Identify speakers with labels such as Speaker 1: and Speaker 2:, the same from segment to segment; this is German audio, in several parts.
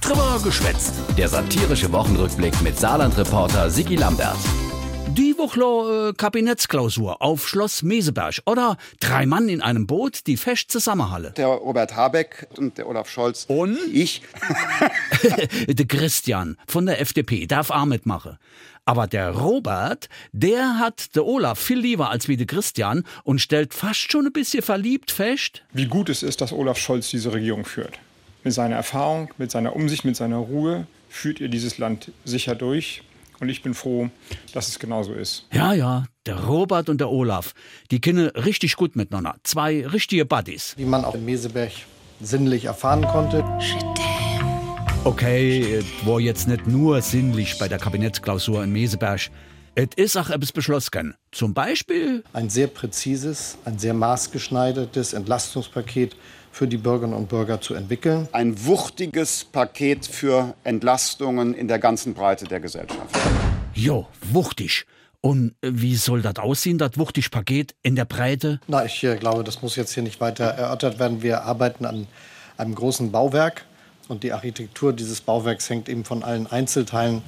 Speaker 1: Trimmer geschwätzt. Der satirische Wochenrückblick mit Saarland-Reporter Sigi Lambert.
Speaker 2: Die Wochler äh, Kabinettsklausur auf Schloss Meseberg oder drei Mann in einem Boot, die fest zusammenhalle.
Speaker 3: Der Robert Habeck und der Olaf Scholz.
Speaker 2: Und?
Speaker 3: Ich.
Speaker 2: Äh, der Christian von der FDP darf auch mitmachen. Aber der Robert, der hat der Olaf viel lieber als wie der Christian und stellt fast schon ein bisschen verliebt fest.
Speaker 4: Wie gut es ist, dass Olaf Scholz diese Regierung führt. Mit seiner Erfahrung, mit seiner Umsicht, mit seiner Ruhe führt ihr dieses Land sicher durch. Und ich bin froh, dass es genauso ist.
Speaker 2: Ja, ja, der Robert und der Olaf, die kennen richtig gut miteinander. Zwei richtige Buddies.
Speaker 5: wie man auch in Meseberg sinnlich erfahren konnte.
Speaker 2: Okay, es war jetzt nicht nur sinnlich bei der Kabinettsklausur in Meseberg. Es ist auch etwas beschlossen. Zum Beispiel
Speaker 5: Ein sehr präzises, ein sehr maßgeschneidertes Entlastungspaket für die Bürgerinnen und Bürger zu entwickeln.
Speaker 3: Ein wuchtiges Paket für Entlastungen in der ganzen Breite der Gesellschaft.
Speaker 2: Jo, wuchtig. Und äh, wie soll das aussehen, das wuchtig Paket in der Breite?
Speaker 5: Na, ich äh, glaube, das muss jetzt hier nicht weiter erörtert werden. Wir arbeiten an einem großen Bauwerk und die Architektur dieses Bauwerks hängt eben von allen Einzelteilen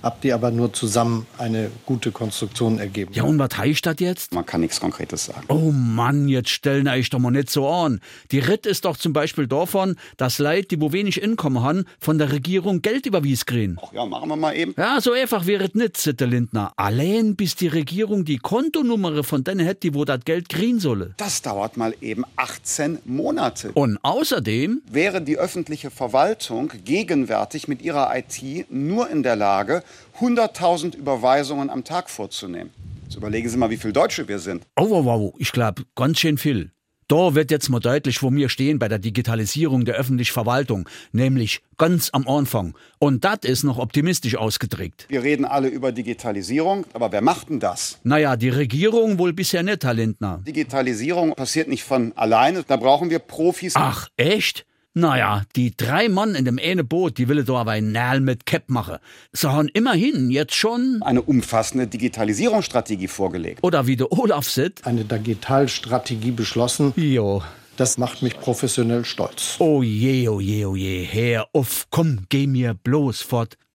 Speaker 5: ab, die aber nur zusammen eine gute Konstruktion ergeben.
Speaker 2: Ja, und was heißt das jetzt?
Speaker 3: Man kann nichts Konkretes sagen.
Speaker 2: Oh Mann, jetzt stellen euch doch mal nicht so an. Die Ritt ist doch zum Beispiel davon, dass Leute, die wo wenig Einkommen haben, von der Regierung Geld überwies kriegen.
Speaker 3: Ach ja, machen wir mal eben.
Speaker 2: Ja, so einfach wäre es nicht, sitte Lindner. Allein bis die Regierung die Kontonummere von denen hätte, die wo das Geld kriegen solle.
Speaker 3: Das dauert mal eben 18 Monate.
Speaker 2: Und außerdem,
Speaker 3: Wäre die öffentliche Verwaltung gegenwärtig mit ihrer IT nur in der Lage, 100.000 Überweisungen am Tag vorzunehmen? Jetzt überlegen Sie mal, wie viele Deutsche wir sind.
Speaker 2: oh wow, wow, ich glaube, ganz schön viel. Da wird jetzt mal deutlich, wo wir stehen bei der Digitalisierung der öffentlichen Verwaltung, nämlich ganz am Anfang. Und das ist noch optimistisch ausgedrückt.
Speaker 3: Wir reden alle über Digitalisierung, aber wer macht denn das?
Speaker 2: Naja, die Regierung wohl bisher nicht, Herr Lindner.
Speaker 3: Digitalisierung passiert nicht von alleine, da brauchen wir Profis.
Speaker 2: Ach, echt? Naja, die drei Mann in dem eine Boot, die will da aber ein Nerl mit Cap machen. Sie haben immerhin jetzt schon,
Speaker 3: eine umfassende Digitalisierungsstrategie vorgelegt.
Speaker 2: oder wie der Olaf sitzt,
Speaker 5: Eine Digitalstrategie beschlossen,
Speaker 2: Jo.
Speaker 5: das macht mich professionell stolz.
Speaker 2: Oh je, oh je, oh je, Herr, uff, komm, geh mir bloß fort.